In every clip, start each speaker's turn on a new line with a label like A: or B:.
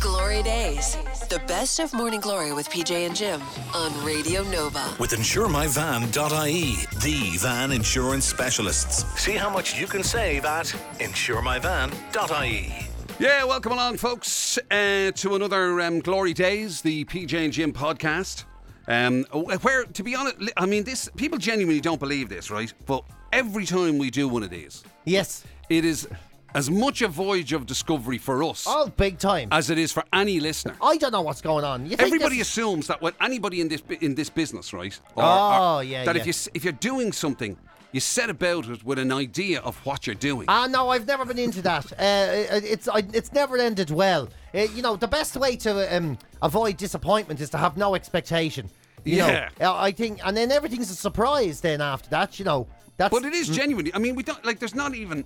A: Glory Days. The best of Morning Glory with PJ and Jim on Radio Nova.
B: with insuremyvan.ie, the van insurance specialists. See how much you can save at insuremyvan.ie.
C: Yeah, welcome along, folks, uh, to another um, Glory Days, the PJ and Jim podcast. Um, where, to be honest, li- I mean, this people genuinely don't believe this, right? But every time we do one of these,
D: Yes.
C: it is as much a voyage of discovery for us
D: All Oh, big time.
C: as it is for any listener.
D: Oh, I don't know what's going on. You think
C: Uh, Everybody
D: this-
C: assumes that when anybody in this bu- in this business, right? Or,
D: Oh, yeah,
C: That
D: yeah.
C: if you s- if you're doing something, you set about it with an idea of what you're doing.
D: Ah, no, I've never been into that. Uh, it- it's I, it's never ended well. Uh, you know, the best way to um, avoid disappointment is to have no expectation. You
C: Yeah.
D: Know? Uh, I think, and then everything's a surprise. Then after that, you know, that's
C: But it is genuinely. I mean, we don't like. There's not even.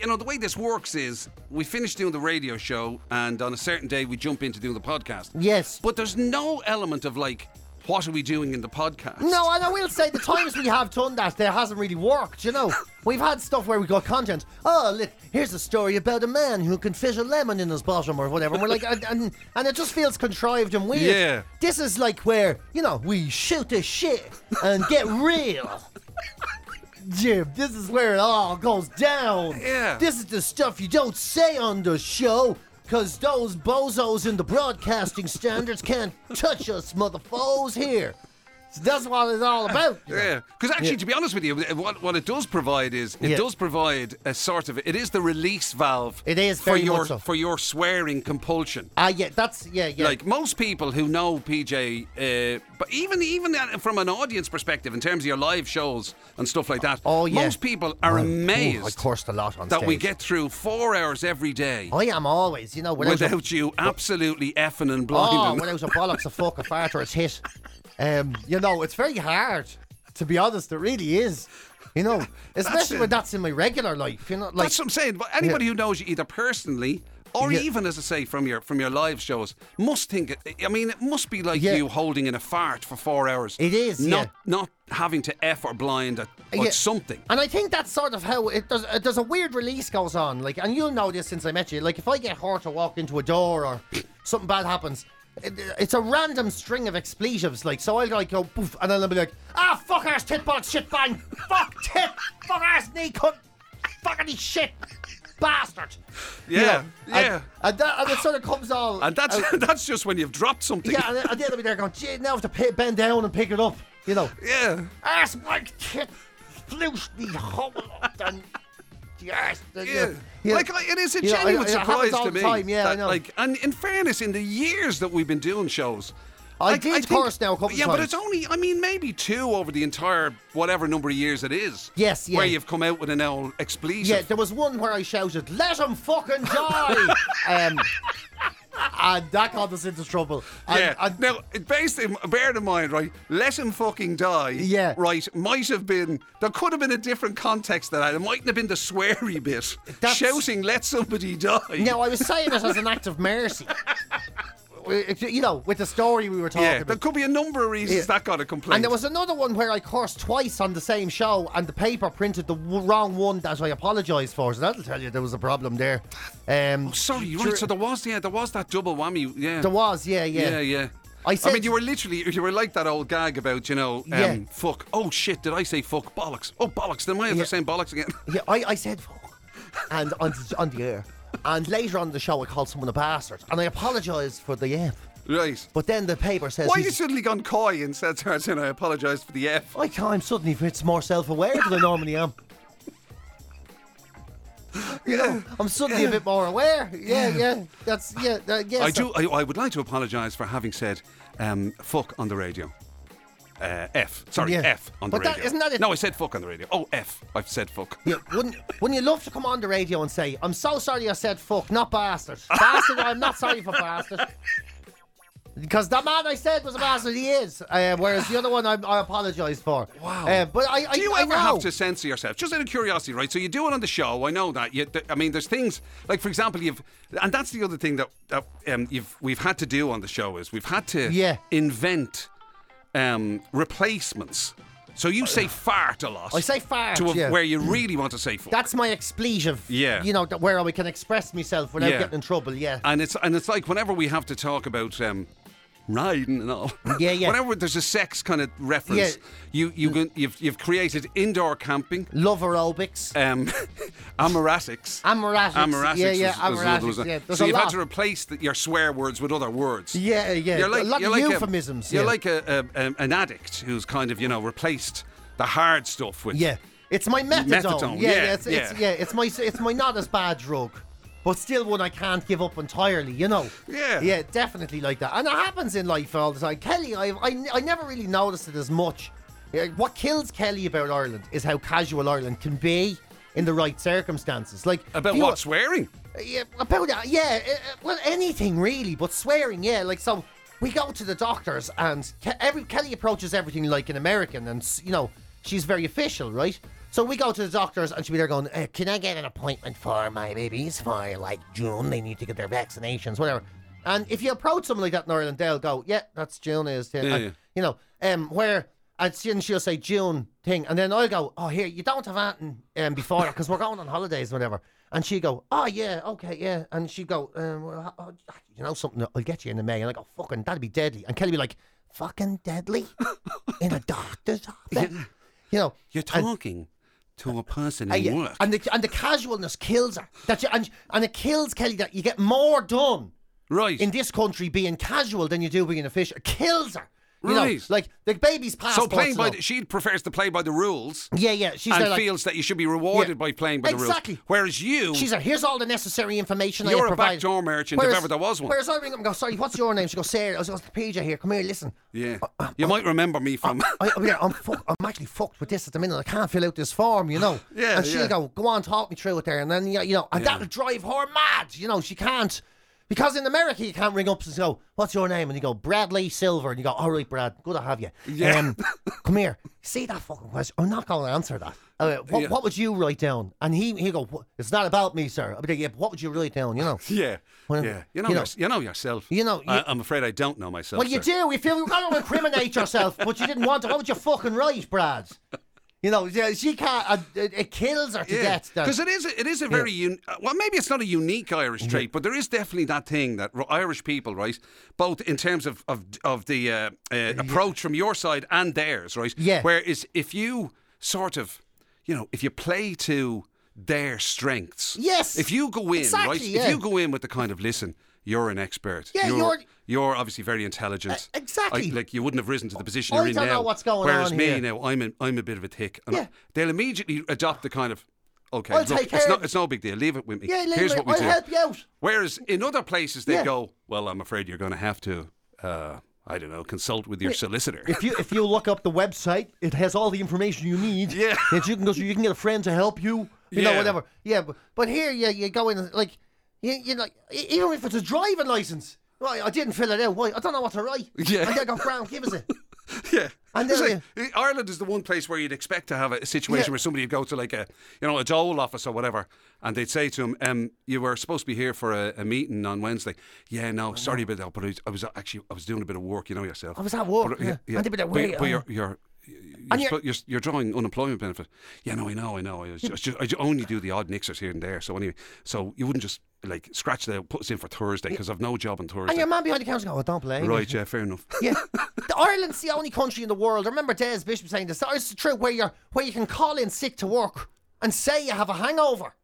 C: You know, the way this works is we finish doing the radio show, and on a certain day we jump into doing the podcast.
D: Yes.
C: But there's no element of like, what are we doing in the podcast?
D: No, and I will say the times we have done that, there hasn't really worked, you know. We've had stuff where we got content. Oh, look, here's a story about a man who can fit a lemon in his bottom or whatever. And we're like, and, and, and it just feels contrived and weird.
C: Yeah.
D: This is like where, you know, we shoot the shit and get real. Jim, this is where it all goes down.
C: Yeah.
D: This is the stuff you don't say on the show, because those bozos in the broadcasting standards can't touch us, motherfoes, here. So that's what it's all about. you know.
C: Yeah, because actually,
D: Yeah.
C: to be honest with you, what, what it does provide is it
D: Yeah.
C: does provide a sort of it is the release valve.
D: It is
C: for
D: very
C: your
D: much so.
C: for your swearing compulsion.
D: Ah, yeah, that's, yeah, yeah.
C: Like most people who know PJ, uh, but even even uh, from an audience perspective, in terms of your live shows and stuff like that,
D: Oh, yeah.
C: most people are
D: Oh,
C: amazed
D: ooh, I cursed a lot on
C: that we
D: stage.
C: get through four hours every day
D: Oh, I am always, you know, without, a-
C: without you absolutely effing and
D: Oh,
C: blinding.
D: without a bollocks, a fuck, a fart, or a tit. Um, you know, it's very hard. To be honest, it really is. You know, especially
C: it.
D: when that's in my regular life. You know, like
C: That's what I'm saying. But anybody who knows you either personally or
D: Yeah.
C: even, as I say, from your from your live shows, must think. It, I mean, it must be like
D: Yeah.
C: you holding in a fart for four hours.
D: It is,
C: not
D: yeah. Uh,
C: not having to f or blind at, or
D: Yeah.
C: something.
D: And I think that's sort of how it does. Uh, there's a weird release goes on, like, and you'll know this since I met you. Like, if I get hurt or walk into a door or something bad happens, it, it's a random string of expletives. Like, so I'll like go poof, and then I'll be like, ah, fuck ass, tit, bollocks, shit, bang, fuck, tit, fuck ass, knee, cunt, fuckity shit, bastard.
C: Yeah,
D: and-
C: yeah.
D: And, that, and it sort of comes all.
C: And that's
D: out.
C: that's just when you've dropped something.
D: Oh. yeah, and then- and then I'll be there going, gee, now I have to pay, bend down and pick it up, you know.
C: Yeah.
D: Ass Mike Kit flus the whole of the yes, the,
C: Yeah. Like, like, it is a
D: You know,
C: genuine
D: it- it happens
C: surprise
D: all
C: to
D: the
C: me.
D: time, yeah, I
C: that,
D: know.
C: Like, and in fairness, in the years that we've been doing shows,
D: I did chorus now a couple
C: Yeah, but
D: times.
C: it's only, I mean, maybe two over the entire whatever number of years it is.
D: Yes, yeah.
C: Where you've come out with an old
D: yeah,
C: expletive.
D: there was one where I shouted, "Let him fucking die," um, and that got us into trouble. And,
C: Yeah.
D: and-
C: now, it based in, bear in mind, right? Let him fucking die.
D: Yeah.
C: Right. Might have been. There could have been a different context to that. It mightn't have been the sweary bit.
D: That's-
C: Shouting, "Let somebody die."
D: now I was saying it as an act of mercy. You know, with the story we were talking
C: yeah. There
D: about.
C: could be a number of reasons
D: Yeah.
C: that got a complaint.
D: And there was another one where I cursed twice on the same show, and the paper printed the w- wrong one that I apologised for. So that'll tell you there was a problem there. Um,
C: Sorry,
D: sure-
C: right. Oh, So there was, yeah, there was that double whammy. Yeah,
D: There was, yeah, yeah.
C: yeah, yeah.
D: I said-
C: mean, you were literally, you were like that old gag about, you know, um,
D: Yeah.
C: fuck. Oh shit, did I say fuck? Bollocks. Oh bollocks. Then why am I
D: Yeah.
C: saying bollocks again?
D: Yeah, I, I said fuck. And on, the- on the air. And later on in the show, I called someone a bastard. And I apologised for the F.
C: right.
D: But then the paper says.
C: Why
D: he's-
C: you suddenly gone coy and said, "Sorry, I apologise for the f."
D: I can't, I'm suddenly it's more self aware than I normally am. You know, I'm suddenly a bit more aware. Yeah, yeah. That's, yeah, uh, yes.
C: I do. I, I would like to apologise for having said um, "fuck" on the radio. Uh, F. Sorry,
D: Yeah.
C: F on
D: But
C: the
D: that-
C: radio.
D: isn't that it?
C: No, I said "fuck" on the radio. Oh, F. I've said "fuck."
D: Yeah, wouldn't, wouldn't you love to come on the radio and say, I'm so sorry I said fuck, not bastard. Bastard, I'm not sorry for bastard. Because that man I said was a bastard, he is. Uh, whereas the other one I, I apologised for.
C: Wow.
D: Uh, but I, I,
C: do you
D: I
C: ever
D: know.
C: have to censor yourself? Just out of curiosity, right? So you do it on the show. I know that. You, th- I mean, there's things like, for example, you've, and that's the other thing that, that um, you've we've had to do on the show is we've had to
D: Yeah.
C: invent um, replacements. So you say fart a lot.
D: I say fart,
C: to a,
D: yeah.
C: where you really want to say fuck.
D: That's my expletive.
C: Yeah.
D: You know, that where I can express myself without
C: Yeah.
D: getting in trouble. Yeah.
C: and it's and it's like whenever we have to talk about um, riding and all.
D: Yeah, yeah.
C: whenever there's a sex kind of reference,
D: Yeah.
C: you you can, you've you've created indoor camping.
D: Love aerobics.
C: Um, amoratics.
D: Amoratics,
C: Amoratics.
D: yeah, yeah,
C: was- was another
D: amoratics,
C: one.
D: yeah. There's
C: So
D: a
C: you've had
D: lot.
C: to replace the, your swear words with other words.
D: Yeah, yeah.
C: You're like,
D: a lot
C: you're
D: of
C: like
D: euphemisms.
C: A, you're
D: yeah.
C: like a, a, um, an addict who's kind of you know replaced the hard stuff with
D: Yeah. It's my methadone.
C: Methadone,
D: Yeah,
C: yeah,
D: it's, It's,
C: yeah.
D: yeah. It's my it's my not as bad drug, but still one I can't give up entirely. You know.
C: Yeah.
D: Yeah, definitely like that, and it happens in life all the time. Kelly, I I, n- I never really noticed it as much. Yeah, What kills Kelly about Ireland is how casual Ireland can be in the right circumstances. Like
C: about
D: if you-
C: what swearing.
D: yeah, about that, yeah. uh, uh, well, anything really, but swearing, yeah. Like so, we go to the doctors, and Ke- every Kelly approaches everything like an American, and s- you know she's very official, right? So we go to the doctors, and she'll be there going, uh, "Can I get an appointment for my babies for like June? They need to get their vaccinations, whatever." And if you approach someone like that in Ireland, they'll go, "Yeah, that's June is." Yeah,
C: Yeah,
D: and,
C: yeah.
D: You know, um, where. And she- and she'll say June thing, and then I'll go, oh here, you don't have anything um, before because we're going on holidays, and whatever. And she go, oh yeah, okay, yeah. And she go, um, well, oh, you know something, I'll get you in the May. And I go, fucking, that'd be deadly. And Kelly be like, fucking deadly in a doctor's office, you know.
C: You're
D: and-
C: talking to a person
D: uh,
C: in
D: yeah,
C: work.
D: and the and the casualness kills her. That you, and and it kills Kelly that you get more done
C: right.
D: in this country being casual than you do being official. It kills her. You know,
C: Right.
D: like the baby's
C: so
D: passport.
C: playing by the, she prefers to play by the rules.
D: Yeah, yeah. She's
C: and
D: there, like,
C: feels that you should be rewarded
D: Yeah.
C: by playing by the
D: Exactly.
C: rules. Whereas you,
D: she's like, here's all the necessary information I
C: You're
D: have
C: a
D: provided.
C: backdoor merchant if ever there was one.
D: Whereas I ring up and go, sorry, what's your name? She goes, Sarah. I was like, PJ here. Come here, listen.
C: yeah, you might remember me from.
D: I, I'm, yeah, I'm, fuck, I'm actually fucked with this at the minute. I can't fill out this form, you know.
C: Yeah,
D: And she'll
C: yeah.
D: go, go on, talk me through it there. And then, yeah, you know, and that'll drive her mad. You know, she can't. Because in America, you can't ring up and go, what's your name? And you go, Bradley Silver. And you go, all right, Brad, good to have you.
C: Yeah.
D: Um, come here. See that fucking question? I'm not going to answer that. Uh, what,
C: Yeah.
D: what would you write down? And he, he'll go, "Wha- it's not about me, sir. I'll be like, yeah, but what would you write down, you know?
C: yeah,
D: Well,
C: yeah. You know,
D: you know-
C: yours- you know yourself.
D: You know, you-
C: I, I'm afraid I don't know myself.
D: Well, you
C: sir.
D: do. If you were going to incriminate yourself, but you didn't want to, what would you fucking write, Brad? You know, yeah, she can't. Uh, it, it kills her to get that.
C: Because it is, it is a very un- uh, well, maybe it's not a unique Irish trait, but there is definitely that thing that r- Irish people, right, both in terms of of, of the uh, uh, approach from your side and theirs, right?
D: Yeah.
C: Whereas if you sort of, you know, if you play to their strengths,
D: Yes.
C: If you go in,
D: Exactly,
C: right?
D: yeah.
C: If you go in with the kind of listen. You're an expert.
D: Yeah,
C: you're
D: you're-
C: you're obviously very intelligent.
D: Uh, exactly.
C: I- like you wouldn't have risen to the position
D: I
C: you're in
D: don't know
C: now.
D: what's going
C: Whereas
D: on
C: me
D: here.
C: now, I'm a, I'm a bit of a tick. And I-
D: Yeah.
C: they'll immediately adopt the kind of okay.
D: I'll
C: look,
D: take
C: it's
D: care
C: no,
D: of it.
C: it's no big deal. Leave it with me.
D: Yeah, leave
C: Here's
D: it.
C: what we
D: I'll
C: do.
D: help you out.
C: Whereas in other places they
D: Yeah.
C: go, well, I'm afraid you're going to have to, uh, I don't know, consult with your solicitor.
D: if you if you look up the website, it has all the information you need.
C: Yeah.
D: That you can go through. You can get a friend to help you. You
C: Yeah.
D: know, whatever. Yeah, but, but here, yeah, you go in and, like, you you like e- even if it's a driving license. Right, I didn't fill it out. Why? I don't know what to write.
C: Yeah.
D: And they go, Brown, give us it.
C: yeah.
D: And
C: It's
D: then-
C: like, eh, Ireland is the one place where you'd expect to have a situation
D: Yeah.
C: where somebody would go to like a, you know, a dole office or whatever, and they'd say to him, um, "You were supposed to be here for a, a meeting on Wednesday." Yeah, no, sorry about that, but I was, I was actually I was doing a bit of work, you know yourself.
D: Oh, I was at work,
C: But,
D: yeah. And they'd be like,
C: but-
D: "Wait,
C: but
D: uh,
C: you're, you're, you're,
D: And you're-
C: spo- you're, you're drawing unemployment benefit. Yeah, no, I know, I know. I, was just, I ju- only do the odd nixers here and there. So anyway, so you wouldn't just like scratch that, put us in for Thursday because I've no job on
D: And
C: Thursday.
D: your man behind the counter go, oh, don't blame me.
C: Right, yeah, fair enough.
D: Yeah, the, Ireland's the only country in the world. I remember Des Bishop saying this. It's true where you are where you can call in sick to work and say you have a hangover.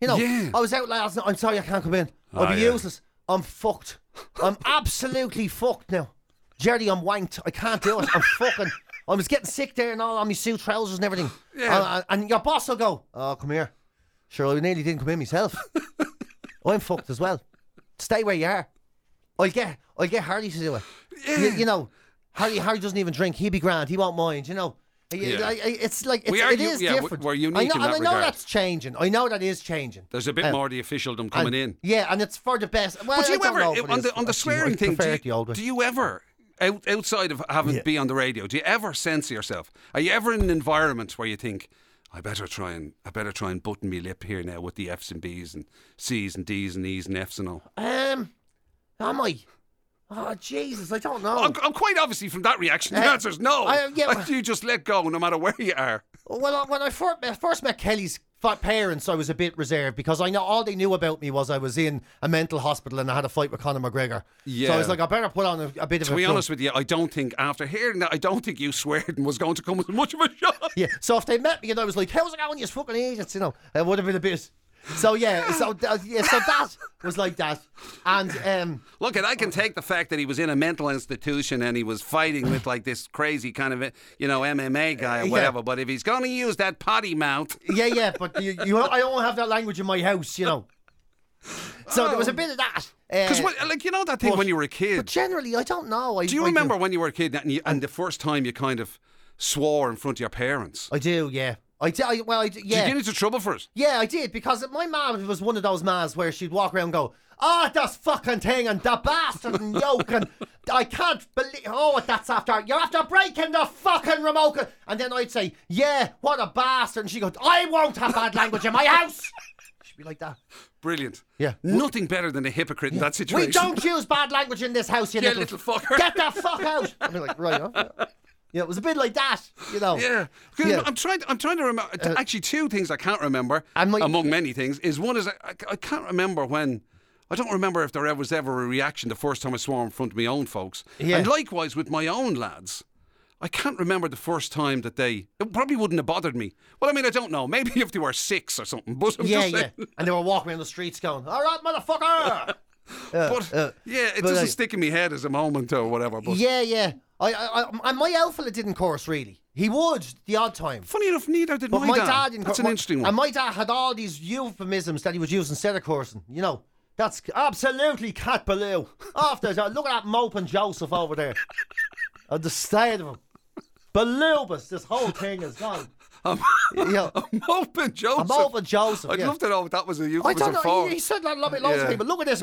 D: You know,
C: Yeah.
D: I was out last night. I'm sorry, I can't come in. I'll
C: Ah,
D: be
C: yeah.
D: useless. I'm fucked. I'm absolutely fucked now, Jerry. I'm wanked. I can't do it. I'm fucking. I was getting sick there and all on my suit trousers and everything.
C: Yeah.
D: And- and your boss will go, "Oh, come here." Sure, I nearly didn't come in myself. I'm fucked as well. Stay where you are. I'll get I'll get Hardy to do it. You, you know, Hardy Hardy doesn't even drink. He'd be grand. He won't mind. You know. I- I-
C: Yeah.
D: I- It's like it's,
C: We are
D: it
C: u-
D: is
C: yeah, we-
D: different.
C: we're unique
D: I
C: in
D: know,
C: that
D: and I know
C: regard.
D: that's changing. I know that is changing.
C: There's a bit
D: Uh,
C: more of the officialdom
D: and-
C: coming in.
D: Yeah, and it's for the best. Well,
C: But do
D: I
C: you
D: don't
C: ever eh,
D: know if it
C: on
D: is.
C: the on
D: Actually,
C: the swearing
D: I
C: thing? Do
D: prefer
C: you,
D: it the old way.
C: do you ever out, outside of having
D: Yeah.
C: be on the radio? Do you ever censor yourself? Are you ever in an environment where you think? I better try and I better try and button me lip here now with the F's and B's and C's and D's and E's and F's and all.
D: Um, am I? Oh Jesus, I don't know.
C: I'm, I'm quite obviously from that reaction. The
D: Uh,
C: answer's no.
D: Oh. I- yeah, well-
C: you just let go no matter where you are.
D: Well, I- when I first, first met Kelly's fa- parents, I was a bit reserved because I know all they knew about me was I was in a mental hospital and I had a fight with Conor McGregor. So
C: Yeah.
D: I was like, I better put on a, a bit of
C: To
D: a
C: be
D: front.
C: honest with you, I don't think after hearing that, I don't think you swearing was going to come as much of a shock.
D: Yeah. So if they met me and I was like, "How's it going, you fucking agents?" You know, it would have been a bit. So yeah, so uh, yeah, so that was like that, and um,
C: Look, and I can take the fact that he was in a mental institution and he was fighting with like this crazy kind of, you know, MMA guy or
D: yeah.
C: whatever. But if he's going to use that potty mouth,
D: yeah, yeah. But you, you, I don't have that language in my house, you know. So there was a bit of that.
C: because
D: uh,
C: like you know that thing
D: but-
C: when you were a
D: but
C: kid.
D: generally, I don't know. I,
C: Do you
D: I
C: remember when you were a kid and, you, and the first time you kind of swore in front of your parents?
D: I do. Yeah. I do. I, well, I do,
C: Did
D: yeah.
C: you get into trouble for it?
D: Yeah, I did because my mom was one of those mas where she'd walk around and go, "Ah, that's fucking thing and that bastard and yoke and I can't believe oh what that's after you're after breaking the fucking remote." con-" And then I'd say, "Yeah, what a bastard," and she goes, "I won't have bad language in my house." She'd be like that.
C: Brilliant.
D: Yeah.
C: Nothing better than a hypocrite in that situation.
D: We don't use bad language in this house, you
C: Yeah, little
D: little,
C: fucker.
D: Get the fuck out! I'd be like, right, okay. yeah, it was a bit like that, you know.
C: Yeah. 'Cause
D: Yeah. Uh,
C: I'm trying. I'm trying to remember. actually, two things I can't remember.
D: And my-
C: among many things is one is I, I, I can't remember when. I don't remember if there was ever a reaction the first time I swore in front of my own folks.
D: Yeah.
C: And likewise with my own lads. I can't remember the first time that they. It probably wouldn't have bothered me. Well, I mean, I don't know. Maybe if they were six or something. But I'm
D: Yeah,
C: just
D: yeah.
C: saying.
D: And they were walking around the streets going, "All right, motherfucker."
C: But yeah, it
D: but,
C: doesn't
D: uh,
C: stick in my head as a moment or whatever. But
D: Yeah, yeah. I, I, I, and my elf fella didn't chorus really. He would the odd time.
C: funny enough, neither did
D: But
C: my,
D: my, dad, didn't.
C: That's
D: chor-
C: an
D: my-
C: interesting one.
D: And my dad had all these euphemisms that he was using instead of coursing. You know, that's c- absolutely cat baloo. After that, look at that moping Joseph over there. At the side of him, balubus. This whole thing is gone. You know,
C: I'm open, Joseph.
D: a moping
C: Um,
D: Joseph.
C: I'd
D: yeah.
C: love to know if that was a
D: I
C: euphemism
D: don't know.
C: for.
D: He, he said that a lot of loads
C: Yeah.
D: of people. Look at this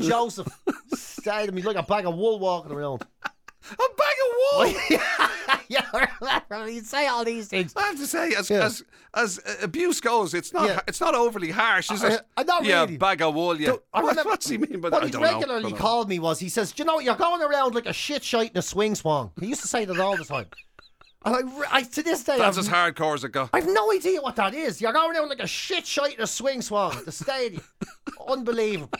D: Joseph. Side of me like a bag of wool walking around.
C: A bag of wool.
D: yeah, he'd say all these things.
C: I have to say, as
D: Yeah.
C: as as uh, abuse goes, it's not
D: Yeah.
C: it's not overly harsh, is
D: Uh,
C: it?
D: uh, not
C: yeah,
D: really.
C: bag of wool. Yeah,
D: So, I remember-
C: what's he mean by that?
D: What
C: I
D: he
C: don't know. uh,
D: regularly
C: Don't know.
D: called me was he says, "Do you know, you're going around like a shit shite in a swing swan." He used to say that all the time, and I, re- I to this day,
C: That's
D: I've,
C: as hardcore as it got.
D: I've no idea what that is. You're going around like a shit shite in a swing swan. at The stadium, unbelievable.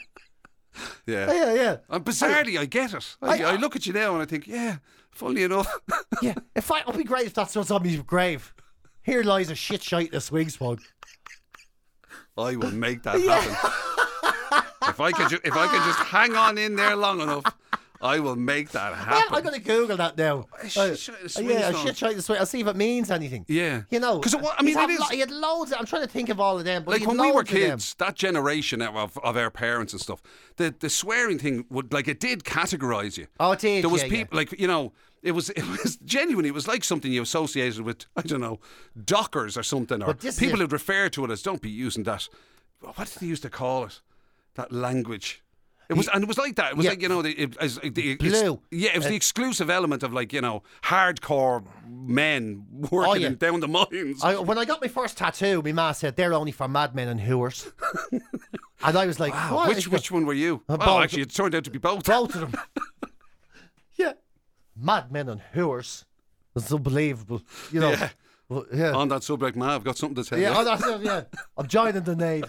C: Yeah.
D: Yeah, yeah,
C: And bizarrely, I get it. I,
D: uh, I- uh,
C: I look at you now and I think, yeah, funny enough.
D: yeah. If I, it'll be great if that's what's on my grave. Here lies a shit shite in a swing swan.
C: I will make that happen. if I could, ju- if I could just hang on in there long enough, I will make that
D: Yeah,
C: happen.
D: I'm gonna Google that now. Uh,
C: A shit shite in a swing
D: yeah,
C: swan.
D: a shit shite in a swing. I'll see if it means anything.
C: Yeah.
D: you know,
C: 'Cause it wa- I mean,
D: he's had
C: it is-
D: lo- he had loads. Of, I'm trying to think of all of them, but he
C: like
D: had
C: when we were
D: loads of them.
C: kids, that generation of, of our parents and stuff, the the swearing thing would like it did categorize you.
D: Oh, it did,
C: There was
D: yeah, yeah.
C: people like you know it was it was genuinely it was like something you associated with I don't know dockers or something or
D: But this is
C: people
D: it.
C: would refer to it as don't be using that. What did they used to call it? That language. It was, and it was like that. It was
D: Yeah.
C: like you know, the, it, as, the
D: Blue. Uh,
C: it's- yeah, it was the exclusive element of like you know, hardcore men working
D: Oh, yeah.
C: in- down the mines.
D: I, when I got my first tattoo, my ma said they're only for madmen and hooers, and I was like,
C: Wow,
D: what?
C: which which one were you?
D: Uh,
C: Oh,
D: both.
C: actually, it turned out to be both.
D: Both of them. yeah, madmen and hooers. It's unbelievable, you know.
C: Yeah.
D: Well, yeah.
C: On that subject, Ma, I've got something to tell
D: yeah,
C: you.
D: oh, that's it, yeah. I'm joining the name.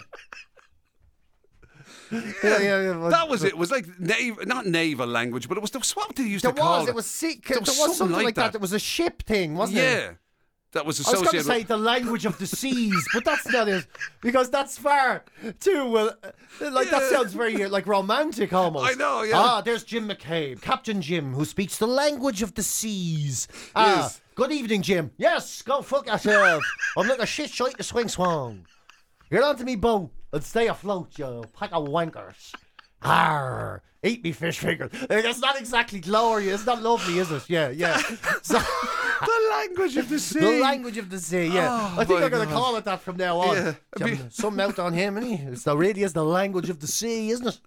D: Yeah, yeah, yeah. but-
C: that was it. It was like nav- not naval language, but it was the what did they used
D: There
C: to call
D: was, it was, sick.
C: There
D: There
C: was
D: was,
C: something
D: something
C: like
D: like that.
C: that.
D: There was a ship thing, wasn't there?
C: yeah, that was
D: I was going to
C: associated.
D: say the language of the seas, but that's not it because that's far too well. uh, Like
C: Yeah.
D: that sounds very uh, like romantic almost.
C: I know, yeah.
D: Ah, there's Jim McCabe, Captain Jim, who speaks the language of the seas. Ah,
C: Yes.
D: good evening, Jim. Yes, go fuck yourself. I'm like a shit shite to swing swang. Get onto me boat and stay afloat, you pack of wankers. Arr, eat me fish fingers. Uh, That's not exactly glorious. It's not lovely, is it? Yeah, yeah. So.
C: with. the language of the sea.
D: The language of the sea, yeah.
C: Oh,
D: I think
C: my
D: I'm going
C: God.
D: to call it that from now on.
C: Yeah, a bit-
D: Some, something out on him, isn't he? It's the, really is the language of the sea, isn't it?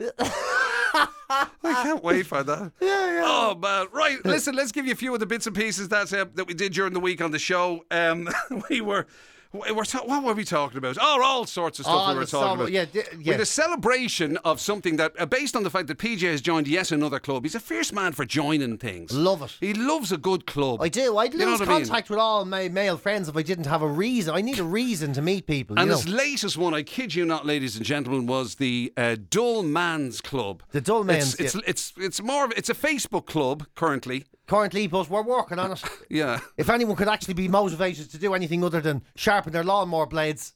C: I
D: Uh,
C: can't wait for that. Yeah, yeah. Oh man, right. Listen, let's give you a few of the bits and pieces that uh, that we did during the week on the show. Um, we were we- We're ta- what were we talking about? Oh, all sorts of stuff
D: All
C: we were
D: the
C: talking
D: summer-
C: about.
D: yeah, di-
C: We
D: yeah.
C: had a celebration of something that, uh, based on the fact that PJ has joined yet another club, he's a fierce man for joining things.
D: Love it.
C: He loves a good club.
D: I do. I'd
C: You know
D: lose
C: what I mean?
D: contact with all my male friends if I didn't have a reason. I need a reason to meet people. you
C: And
D: know.
C: this latest one, I kid you not, ladies and gentlemen, was the uh, Dull Man's Club.
D: The Dull Man's,
C: It's, it's,
D: yeah.
C: it's it's more of it's a Facebook club currently.
D: Currently, but we're working on it.
C: Yeah.
D: if anyone could actually be motivated to do anything other than sharpen their lawnmower blades,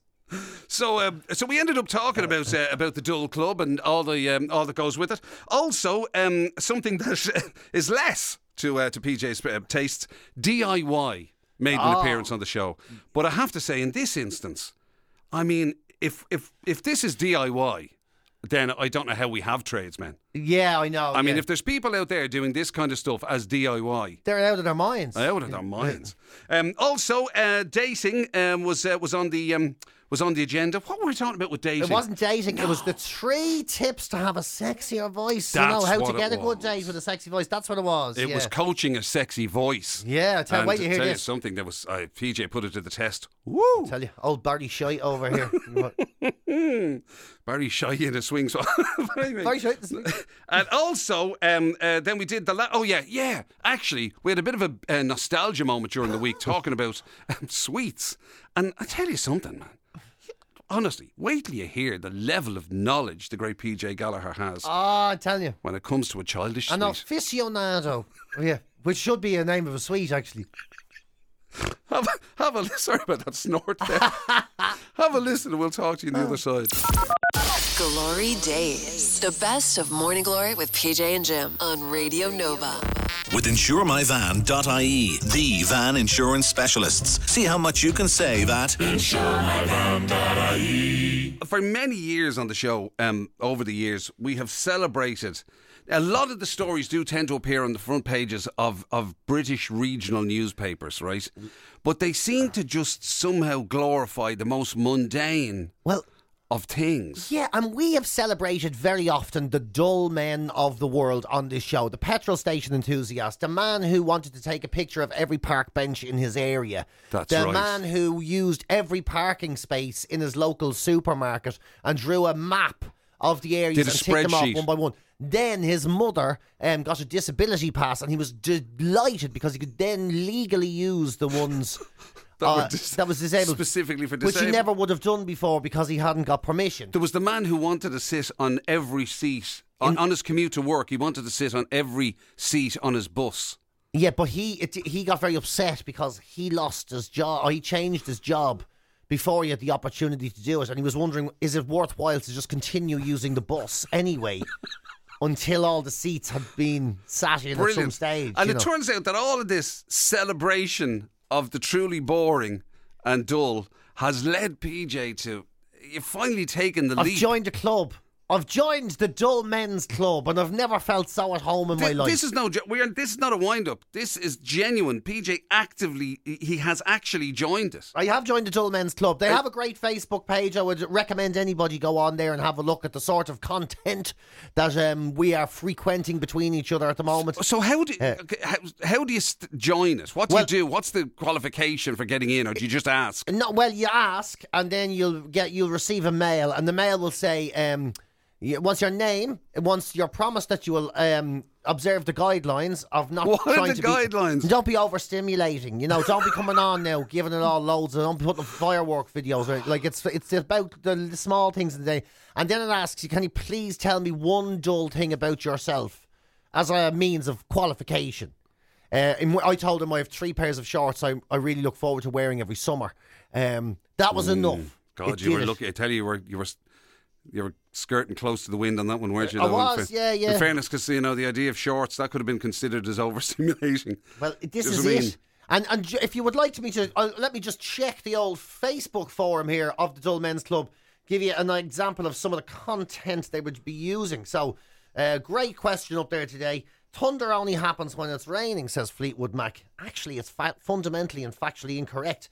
C: So um, so we ended up talking about uh, about the Dull Club and all the um, all that goes with it. Also, um, something that is less to uh, to PJ's uh, tastes, DIY made an appearance on the show. But I have to say, in this instance, I mean, if if if this is DIY, then I don't know how we have tradesmen.
D: yeah, I know.
C: I mean,
D: yeah.
C: if there's people out there doing this kind of stuff as DIY,
D: they're out of their minds.
C: I out of their minds. Um, also, uh, dating um, was uh, was on the um, was on the agenda. What were we talking about with dating?
D: It wasn't dating. It was the three tips to have a sexier voice. you know
C: That's
D: how
C: what
D: to
C: it
D: get a good
C: was.
D: date with a sexy voice. That's what it was.
C: It
D: yeah.
C: was coaching a sexy voice.
D: Yeah, I tell-
C: And
D: wait to hear
C: tell you
D: this.
C: something that was uh, PJ put it to the test. Woo!
D: Tell you, old Barty Shite over here. What-
C: Hmm. Barry Shy in a swing. So
D: Barty Shite.
C: and also, um, uh, then we did the la- oh yeah, yeah. Actually, we had a bit of a, uh nostalgia moment during the week talking about um, sweets. And I tell you something, man. Honestly, wait till you hear the level of knowledge the great PJ Gallagher has
D: Ah, I'm telling you.
C: when it comes to a childish
D: An
C: sweet.
D: aficionado. Oh, yeah, which should be a name of a sweet, actually.
C: Have a, have a li- sorry about that snort there. have a listen, and we'll talk to you on the other side.
A: Glory Days. The best of Morning Glory with PJ and Jim on Radio Nova.
B: With insuremyvan.ie, the van insurance specialists. See how much you can save at
C: for many years on the show, um, over the years, we have celebrated. A lot of the stories do tend to appear on the front pages of, of British regional newspapers, right? But they seem to just somehow glorify the most mundane
D: Well,
C: of things.
D: Yeah, and we have celebrated very often the dull men of the world on this show. The petrol station enthusiast, the man who wanted to take a picture of every park bench in his area.
C: That's
D: the
C: right.
D: man who used every parking space in his local supermarket and drew a map of the areas
C: Did a
D: and ticked them off
C: spreadsheet.
D: one by one. Then his mother um, got a disability pass and he was delighted because he could then legally use the ones
C: That
D: uh,
C: were dis-
D: that was disabled.
C: specifically for
D: Which he
C: disabled.
D: never would have done before because he hadn't got permission.
C: There was the man who wanted to sit on every seat on, on his commute to work. He wanted to sit on every seat on his bus.
D: Yeah, but he it, he got very upset because he lost his job or he changed his job before he had the opportunity to do it, and he was wondering is it worthwhile to just continue using the bus anyway until all the seats had been sat in at some stage.
C: And
D: you
C: it
D: know?
C: turns out that all of this celebration of the truly boring and dull has led PJ to you've finally taken the
D: I've
C: lead.
D: joined a club. I've joined the Dull Men's Club, and I've never felt so at home in my life.
C: This is no jo- we are this is not a wind up. This is genuine. PJ actively he- he has actually joined it.
D: I have joined the Dull Men's Club. They have a great Facebook page. I would recommend anybody go on there and have a look at the sort of content that um, we are frequenting between each other at the moment.
C: So how do
D: Yeah.
C: okay, how, how do you st- join it? What do
D: Well-
C: you do? What's the qualification for getting in or do you just ask?
D: No, well, you ask, and then you'll get you'll receive a mail, and the mail will say, um, y- "What's your name?" And Once you're promised that you will um, observe the guidelines of not
C: What are
D: trying
C: the
D: to
C: guidelines?
D: Be, don't be overstimulating. You know, don't be coming on now, giving it all loads, and don't be putting up firework videos. Or, like it's it's about the, the small things in the day. And then it asks you, "Can you please tell me one dull thing about yourself?" as a means of qualification. Uh, in, I told him I have three pairs of shorts I, I really look forward to wearing every summer. Um, that was enough.
C: Mm. God,
D: It
C: you
D: did
C: were
D: it.
C: lucky. I tell you, you were you were you were skirting close to the wind on that one, weren't you?
D: Uh, I
C: though, in
D: was,
C: fa-
D: yeah, yeah.
C: In fairness, because you know the idea of shorts that could have been considered as overstimulation.
D: Well, this
C: Does
D: is
C: it mean-
D: it. And and j- if you would like to me to uh, let me just check the old Facebook forum here of the Dull Men's Club, give you an example of some of the content they would be using. So, uh, great question up there today. Thunder only happens when it's raining, says Fleetwood Mac. Actually, it's fa- fundamentally and factually incorrect.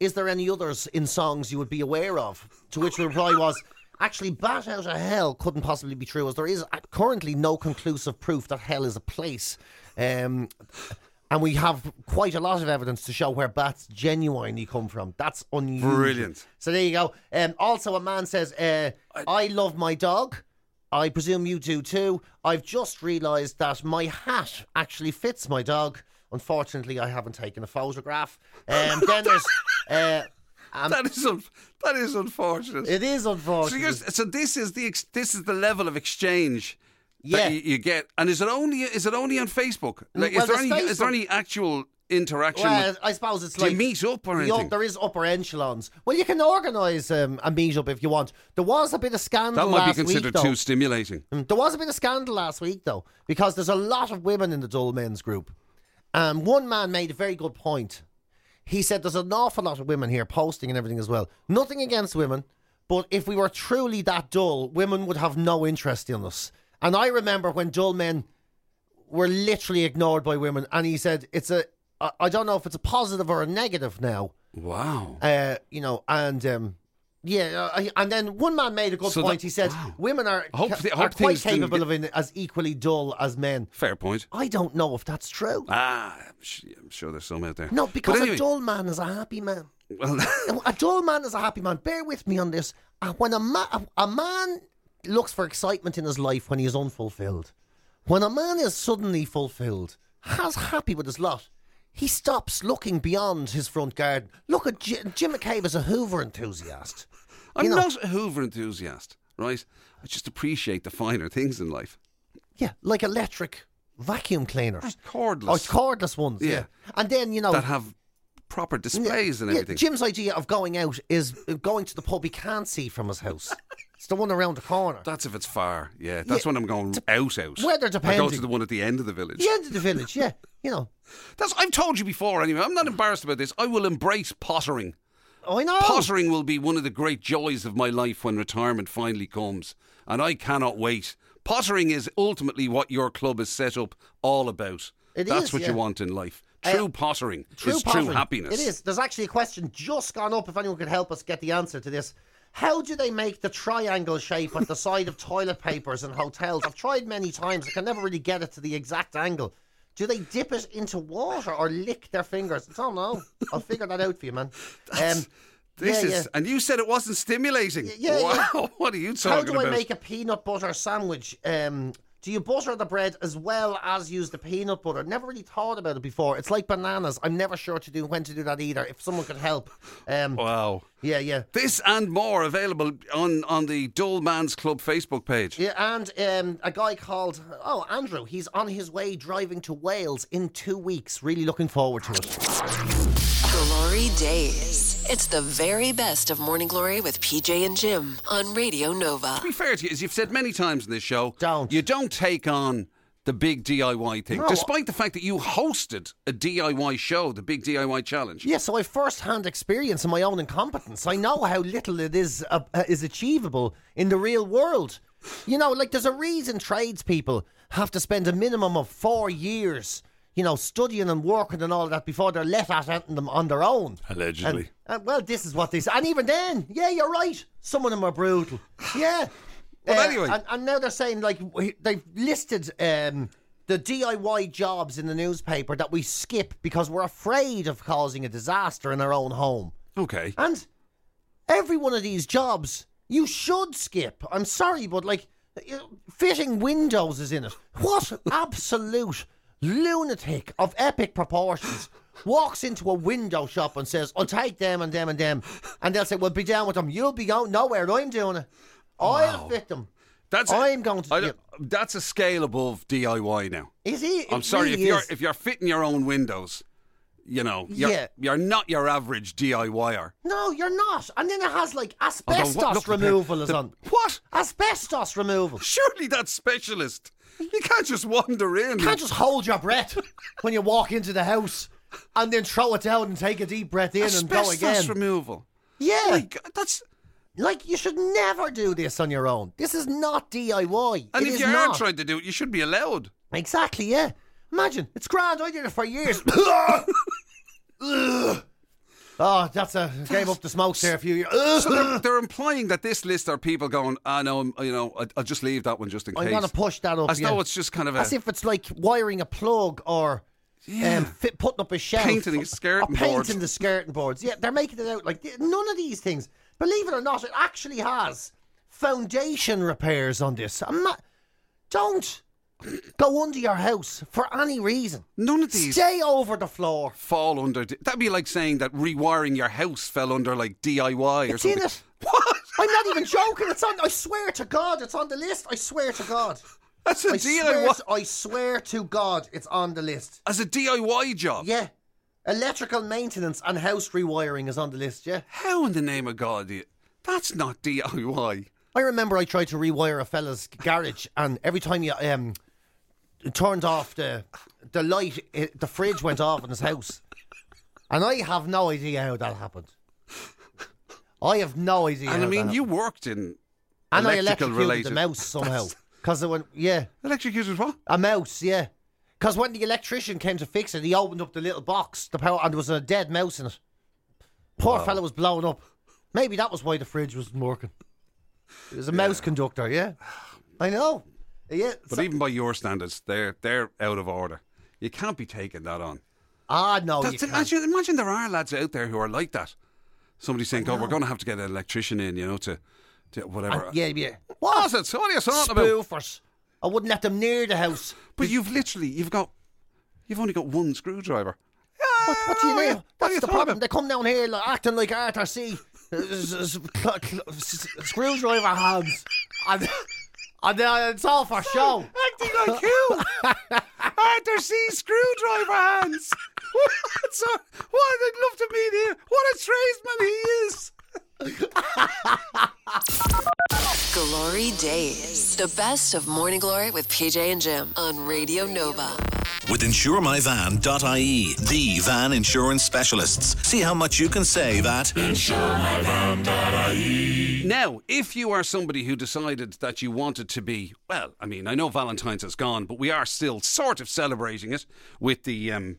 D: Is there any others in songs you would be aware of? To which the reply was, actually, Bat Out of Hell couldn't possibly be true, as there is uh, currently no conclusive proof that hell is a place. Um, And we have quite a lot of evidence to show where bats genuinely come from. That's unusual.
C: Brilliant.
D: So there you go. Um, also, a man says, uh, I love my dog. I presume you do too. I've just realised that my hat actually fits my dog. Unfortunately, I haven't taken a photograph. Um, then there's. Uh, um,
C: That is un- that is unfortunate.
D: it is
C: so,
D: unfortunate.
C: here's- so this is the ex- this is the level of exchange
D: Yeah. Mm,
C: that you, you get. And is it only is it only on Facebook? Like,
D: well,
C: is there
D: there's
C: any is there
D: Facebook.
C: any actual interaction?
D: Well,
C: with,
D: I suppose it's
C: do
D: like
C: you meet up or
D: Yeah,
C: anything?
D: there is upper echelons. Well, you can organise um, a meetup if you want. There was a bit of scandal
C: that might be
D: last
C: considered
D: week,
C: too
D: though.
C: stimulating.
D: Mm, There was a bit of scandal last week, though, because there's a lot of women in the Dull Men's group. Um, one man made a very good point. He said there's an awful lot of women here posting and everything as well. Nothing against women, but if we were truly that dull, women would have no interest in us. And I remember when dull men were literally ignored by women, and he said it's a I I don't know if it's a positive or a negative now,
C: Wow.
D: uh, you know, and um, yeah, uh, and then one man made a good
C: So
D: point.
C: that-
D: he said
C: wow.
D: women are
C: I hope
D: ca-
C: thi- I
D: are
C: hope
D: quite
C: things didn't
D: capable
C: get-
D: of in, as equally dull as men.
C: Fair point.
D: I don't know if that's true.
C: Ah, I'm sh- I'm sure there's some out there.
D: No,
C: But
D: because
C: anyway,
D: a dull man is a happy man.
C: well,
D: A dull man is a happy man. Bear with me on this. Uh, When a, ma- a- a man looks for excitement in his life when he is unfulfilled, when a man is suddenly fulfilled, has happy with his lot, he stops looking beyond his front garden. Look at J- Jim McCabe is a Hoover enthusiast.
C: I'm
D: You know-
C: not a Hoover enthusiast, right? I just appreciate the finer things in life.
D: Yeah, like electric vacuum cleaners.
C: Ah, Cordless.
D: Or cordless ones. Yeah.
C: Yeah.
D: And then, you know.
C: that have proper displays and
D: yeah,
C: everything.
D: Jim's idea of going out is uh, going to the pub he can't see from his house. it's the one around the corner.
C: that's if it's far. Yeah, that's
D: Yeah,
C: when I'm going out out.
D: weather
C: I go to
D: depending.
C: the one at the end of the village.
D: the end of the village, yeah. You know.
C: That's I've told you before anyway. I'm not embarrassed about this. I will embrace pottering.
D: Oh, I know.
C: Pottering will be one of the great joys of my life when retirement finally comes, and I cannot wait. Pottering is ultimately what your club is set up all about.
D: It
C: That's
D: is,
C: what
D: yeah.
C: you want in life. True pottering
D: True
C: is
D: poverty.
C: true happiness.
D: It is. There's actually a question just gone up if anyone could help us get the answer to this. How do they make the triangle shape at the side of toilet papers in hotels? I've tried many times. I can never really get it to the exact angle. Do they dip it into water or lick their fingers? I don't know. I'll figure that out for you, man. Um,
C: This
D: Yeah,
C: is,
D: yeah.
C: and you said it wasn't stimulating.
D: yeah,
C: wow,
D: yeah.
C: what are you talking
D: how do
C: about?
D: I make a peanut butter sandwich? Um, do you butter the bread as well as use the peanut butter? Never really thought about it before. It's like bananas. I'm never sure to do when to do that either. If someone could help, um,
C: wow.
D: yeah, yeah.
C: This and more available on, on the Dull Man's Club Facebook page.
D: Yeah, and um, a guy called oh Andrew. He's on his way driving to Wales in two weeks. Really looking forward to it.
A: Glory Days. It's the very best of Morning Glory with PJ and Jim on Radio Nova.
C: To be fair to you, as you've said many times in this show,
D: Don't.
C: you don't take on the big DIY thing,
D: No.
C: despite the fact that you hosted a DIY show, the Big DIY Challenge.
D: Yeah, so I first-hand experience in my own incompetence. I know how little it is uh, uh, is achievable in the real world. You know, like there's a reason tradespeople have to spend a minimum of four years, you know, studying and working and all that before they're let at it them on their own.
C: Allegedly.
D: And, and, well, this is what they say. And even then, yeah, you're right. Some of them are brutal. Yeah. Uh,
C: Well, anyway.
D: And, and now they're saying, like, w- they've listed um, the DIY jobs in the newspaper that we skip because we're afraid of causing a disaster in our own home.
C: okay.
D: And every one of these jobs you should skip. I'm sorry, but like you- fitting windows is in it. What absolute lunatic of epic proportions walks into a window shop and says, "I'll take them and them and them," and they'll say, "Well, be down with them. You'll be going nowhere. I'm doing it. I'll fit them."
C: That's
D: I'm going to-
C: I don't- That's a scale above DIY now.
D: Is he?
C: I'm
D: it
C: sorry
D: really
C: if you're
D: is.
C: if you're fitting your own windows, you know, you're,
D: Yeah.
C: you're not your average DIYer.
D: no, you're not. And then it has like
C: Although,
D: asbestos
C: what- look, the pa-
D: removal is
C: the-
D: on.
C: What?
D: Asbestos removal.
C: Surely that's specialist. You can't just wander in.
D: You can't just hold your breath when you walk into the house and then throw it down and take a deep breath in and go
C: asbestos
D: again.
C: removal.
D: yeah,
C: My
D: like,
C: God, that's
D: you should never do this on your own. This is not DIY.
C: and
D: It
C: if
D: is
C: you
D: not.
C: are trying to do it, you should be allowed.
D: exactly, yeah. Imagine it's grand. I did it for years. Ugh. oh, that's a gave up the smokes there a few years. Ugh.
C: So they're, they're implying that this list are people going, I know, I'm- you know, I- I'll just leave that one just in
D: I'm
C: case.
D: gonna push that up.
C: As
D: yeah.
C: though it's just kind of a.
D: As if it's like wiring a plug or um, fit, putting up a shelf,
C: Painting a skirting
D: or
C: board.
D: painting the skirting boards. Yeah, they're making it out like th- none of these things. Believe it or not, it actually has foundation repairs on this. I'm not, don't go under your house for any reason.
C: None of these
D: Stay over the floor.
C: fall under. d- That'd be like saying that rewiring your house fell under like DIY or
D: It's
C: something.
D: in it.
C: What?
D: I'm not even joking. It's on. I swear to God, it's on the list. I swear to God.
C: That's a
D: I swear,
C: DIY.
D: to, I swear to God, it's on the list.
C: As a DIY job.
D: Yeah. Electrical maintenance and house rewiring is on the list, yeah?
C: How in the name of God? do you- That's not DIY.
D: I remember I tried to rewire a fella's garage, and every time you um, turned off the the light, it, the fridge went off in his house. And I have no idea how that happened. I have no idea.
C: and I
D: how
C: mean,
D: that
C: you
D: happened.
C: worked in
D: and I
C: electrical
D: electrocuted
C: related.
D: the mouse somehow because it went yeah.
C: Electrocuted what?
D: A mouse, yeah. Because when the electrician came to fix it, he opened up the little box, the power, and there was a dead mouse in it. Poor fella was blown up. Maybe that was why the fridge wasn't working. It was a mouse conductor, yeah. I know. Yeah.
C: But
D: so-
C: even by your standards, they're they're out of order. You can't be taking that on.
D: ah, no. You
C: That's,
D: can't.
C: imagine, imagine there are lads out there who are like that. Somebody's saying, "God, we're going to have to get an electrician in," you know, to, to whatever.
D: And- yeah, yeah.
C: What? What are you talking about?
D: Spoofers. I wouldn't let them near the house.
C: But you've literally, you've got, you've only got one screwdriver.
D: What, what do you
C: Oh, yeah.
D: mean?
C: What are
D: That's
C: you
D: the
C: talking
D: problem.
C: about?
D: They come down here like, acting like Arthur C. S- s- cl- cl- s- screwdriver hands. And, and uh, it's all for show.
C: Acting like you, Arthur C. Screwdriver hands. What? So, what? I'd love to meet you. What a tradesman he is.
A: Glory Days. The best of Morning Glory with PJ and Jim on Radio Nova.
B: With insuremyvan.ie, the van insurance specialists. See how much you can save at
C: Now, if you are somebody who decided that you wanted to be, well, I mean, I know Valentine's has gone, but we are still sort of celebrating it with the um,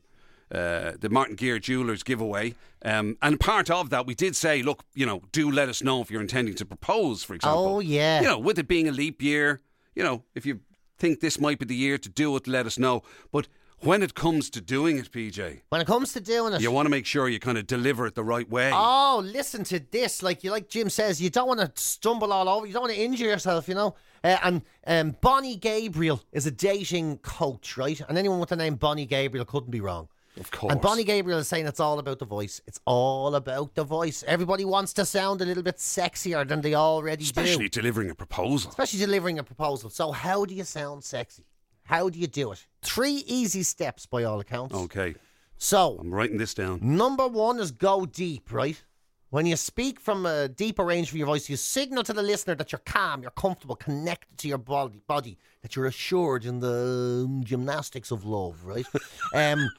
C: uh, the Martin Gear Jewelers giveaway. Um, and part of that, we did say, look, you know, do let us know if you're intending to propose, for example.
D: Oh, yeah.
C: You know, with it being a leap year, you know, if you think this might be the year to do it, let us know. But when it comes to doing it, PJ,
D: When it comes to doing it,
C: you want to make sure you kind of deliver it the right way.
D: oh, listen to this. Like you, like Jim says, you don't want to stumble all over. You don't want to injure yourself. You know. Uh, and um, Bonnie Gabriel is a dating coach, right? And anyone with the name Bonnie Gabriel couldn't be wrong.
C: Of course.
D: And Bonnie Gabriel is saying it's all about the voice. It's all about the voice. Everybody wants to sound a little bit sexier than they already do.
C: Especially delivering a proposal.
D: especially delivering a proposal. So, how do you sound sexy? How do you do it? Three easy steps, by all accounts.
C: Okay,
D: So,
C: I'm writing this down.
D: number one is go deep, right? When you speak from a deeper range of your voice, you signal to the listener that you're calm, you're comfortable, connected to your body, body that you're assured in the um, gymnastics of love, right? um,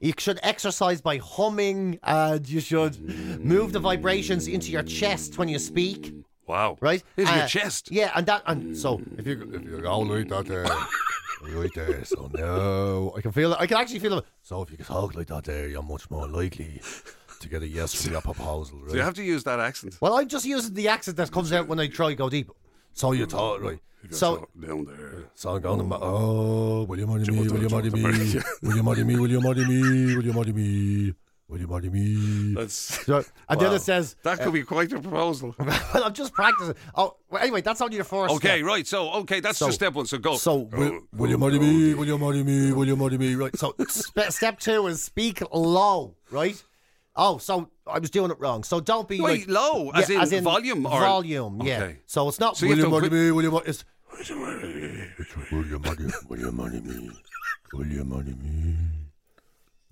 D: you should exercise by humming, and you should move the vibrations into your chest when you speak.
C: Wow.
D: right?
C: Into
D: Uh,
C: your chest.
D: Yeah, and that, and so if you
E: If you go like that there,
D: uh,
E: like there, so
D: oh no, I can feel it. I can actually feel it.
E: So if you talk like
D: uh,
E: that there, you're much more likely to get a yes from your proposal, right?
C: Do you have to use that accent?
D: Well, I'm just using the accent that comes out when I try go deep.
E: So
C: Mm.
E: you talk right.
D: So
C: Down there.
E: So I'm going to ma- oh, will you marry me? Will you marry me? Will you marry me? Will you marry me? Will you marry me? Will you marry me?
C: That's,
D: and then it says,
C: that could be quite a proposal.
D: Uh, "Well, I'm just practicing." Oh, well, anyway, that's only the first.
C: Okay,
D: step.
C: right. So, okay, that's just step one. So go. Oh.
D: So,
E: Will, will you marry me? Will you marry me? Will you marry me? Right. So
D: so spe- step two is speak low, right? Oh, so I was doing it wrong. So don't be
C: Wait,
D: like,
C: low, as in volume or-
D: volume. Yeah.
C: Okay.
D: So it's not.
C: So you
E: will
C: have
E: you
C: to
E: marry
C: quit-
E: me? Will you marry? It's, will you marry? Will you marry me? Will you marry me?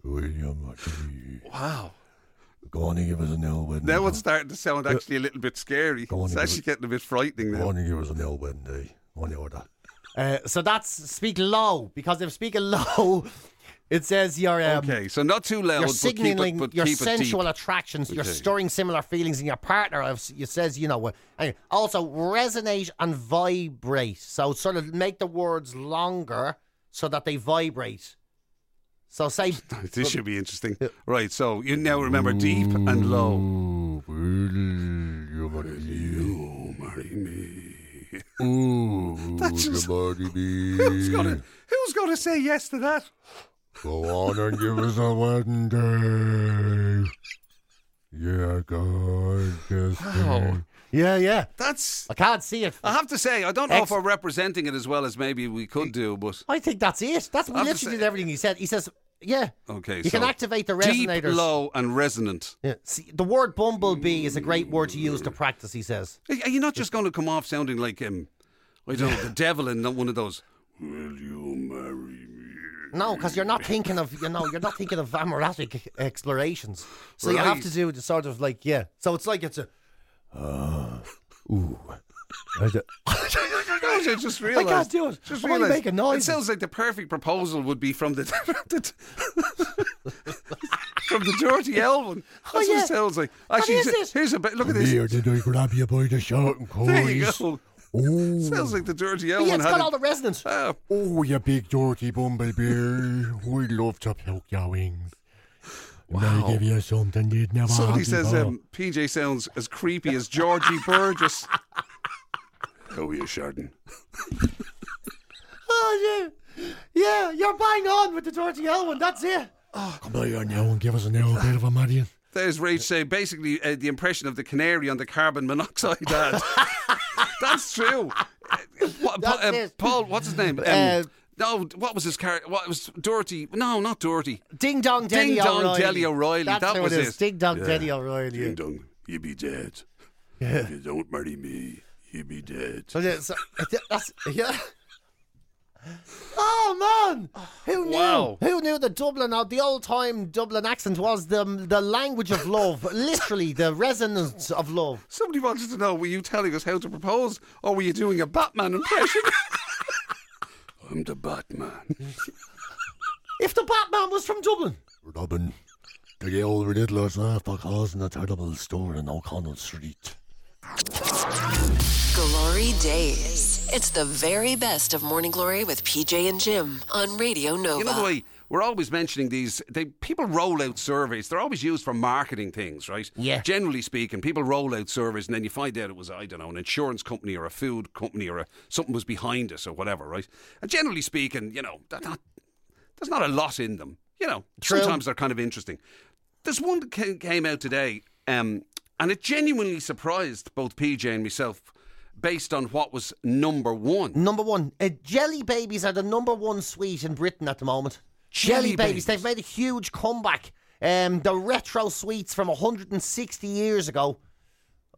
E: Will you marry me?
C: wow.
E: Go on and give us an L wedding.
C: Now it's starting to sound actually a little bit scary.
E: on,
C: It's
E: you
C: actually
E: do it.
C: getting a bit frightening
E: Go
C: now.
E: on and give us an L wedding day. On the order.
D: Uh, so that's speak low because if speaking low, it says you're um,
C: Okay, so not too loud,
D: You're
C: but keep it,
D: signaling
C: but
D: your
C: keep it deep.
D: sensual attractions. You're
C: Okay.
D: stirring similar feelings in your partner. As It says, you know, uh, anyway. also resonate and vibrate. So sort of make the words longer so that they vibrate. So say,
C: This should be interesting. Right, so you now remember deep and low.
E: Ooh, will you marry me?
C: Oh, marry me.
E: Ooh, will
C: That's
E: you
C: just-
E: marry me?
C: Who's gonna Who's gonna say yes to that?
E: Go on and give us a wedding day. Yeah, God, just
C: Wow.
D: Yeah, yeah.
C: That's.
D: I can't see it.
C: I have to say, I don't know
D: Ex-
C: if we're representing it as well as maybe we could do, but
D: I think that's it. That's
C: have to
D: literally
C: say-
D: everything he said. He says, yeah.
C: okay.
D: You
C: so
D: can activate the
C: Deep,
D: resonators.
C: low, and resonant.
D: Yeah. See, the word bumblebee is a great word to use to practice, he says.
C: Are are you not just going to come off sounding like um, I don't know, the devil in one of those?
D: No, because you're not thinking of, you know, you're not thinking of amorphic explorations. So you have
C: Right.
D: to do the sort of like, yeah. So it's like it's a.
C: I just realised.
D: can't do it.
C: Just
D: I'm only
C: realised.
D: making noises.
C: It sounds like the perfect proposal would be from the from the dirty Elwyn. That's what
D: Oh, yeah.
C: it sounds like.
D: What
C: Actually,
D: is
C: s-
D: it?
C: here's a bit. Look at this.
E: Here, did I grab you by the shirt and collar?
C: There you go.
E: Oh,
C: Sounds like the dirty
D: But
C: Elwyn
D: yeah, it's
C: had
D: got
C: it.
D: all the resonance.
C: Ah,
E: oh, you big dirty bumblebee. We'd love to pluck your wings. Wow. I give you something you'd never
C: somebody
E: had
C: says
E: before.
C: um, PJ sounds as creepy as Georgie Burgess. How are you, Sheridan?
D: Oh, yeah. Yeah, you're bang on with the Dirty Elwyn. That's it.
E: Come here now and give us an hour bit of a Marion.
C: There's Rach saying basically uh, the impression of the canary on the carbon monoxide ad. That's true. Uh, Pa- Pa-
D: That's it.
C: Paul, what's his name? Um,
D: Uh,
C: no, what was his character? What was Dorothy? No, not Dorothy.
D: Ding Dong Denny
C: Ding Dong
D: O'Reilly.
C: Denny O'Reilly,
D: That's
C: that
D: who
C: was
D: it is.
C: it.
D: Ding Dong Denny O'Reilly. yeah.
C: Dong, you be dead. If you don't marry me, you be dead.
D: So, yeah, so, that's, yeah. Oh man! Who knew?
C: Wow.
D: Who knew the Dublin, uh, the old-time Dublin accent was the the language of love, literally the resonance of love.
C: Somebody wanted to know were you telling us how to propose or were you doing a Batman impression? I'm the Batman.
D: If the Batman was from Dublin,
E: Robin, the girl ridiculous after causing a terrible storm in O'Connell Street.
A: Glory Days. It's the very best of Morning Glory with PJ and Jim on Radio Nova.
C: You know the way we're always mentioning these. They people roll out surveys. They're always used for marketing things, right?
D: Yeah.
C: Generally speaking, people roll out surveys, and then you find out it was I don't know an insurance company or a food company or a, something was behind us or whatever, right? And generally speaking, you know, they're not, there's not a lot in them. You know,
D: True.
C: sometimes they're kind of interesting. There's one that ca- came out today, um, and it genuinely surprised both PJ and myself, based on what was number one.
D: number one, uh, jelly babies are the number one sweet in Britain at the moment.
C: Jelly babies.
D: they've made a huge comeback. Um, the retro sweets from 160 years ago,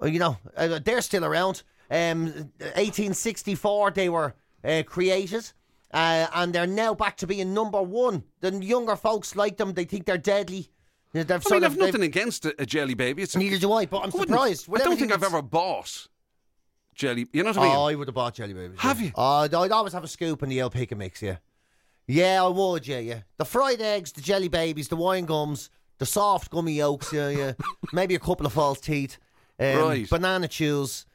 D: uh, you know, uh, they're still around. Um, 1864 they were uh, created, uh, and they're now back to being number one. The younger folks like them; they think they're deadly. You know, They've
C: I mean,
D: sort
C: I've
D: of,
C: nothing
D: they've,
C: against a, a jelly baby. It's a
D: neither do I, but I'm
C: I wouldn't-
D: surprised. with
C: I don't
D: everything
C: think I've
D: that's-
C: ever bought jelly. You know what I mean?
D: Oh, I would have bought jelly babies.
C: Have
D: yeah.
C: you?
D: Oh, I'd, I'd always have a scoop in the old pick and mix, yeah. Yeah, I would, yeah, yeah. The fried eggs, the jelly babies, the wine gums, the soft gummy yolks, yeah, yeah. Maybe a couple of false teeth. Um,
C: Right.
D: Banana chews.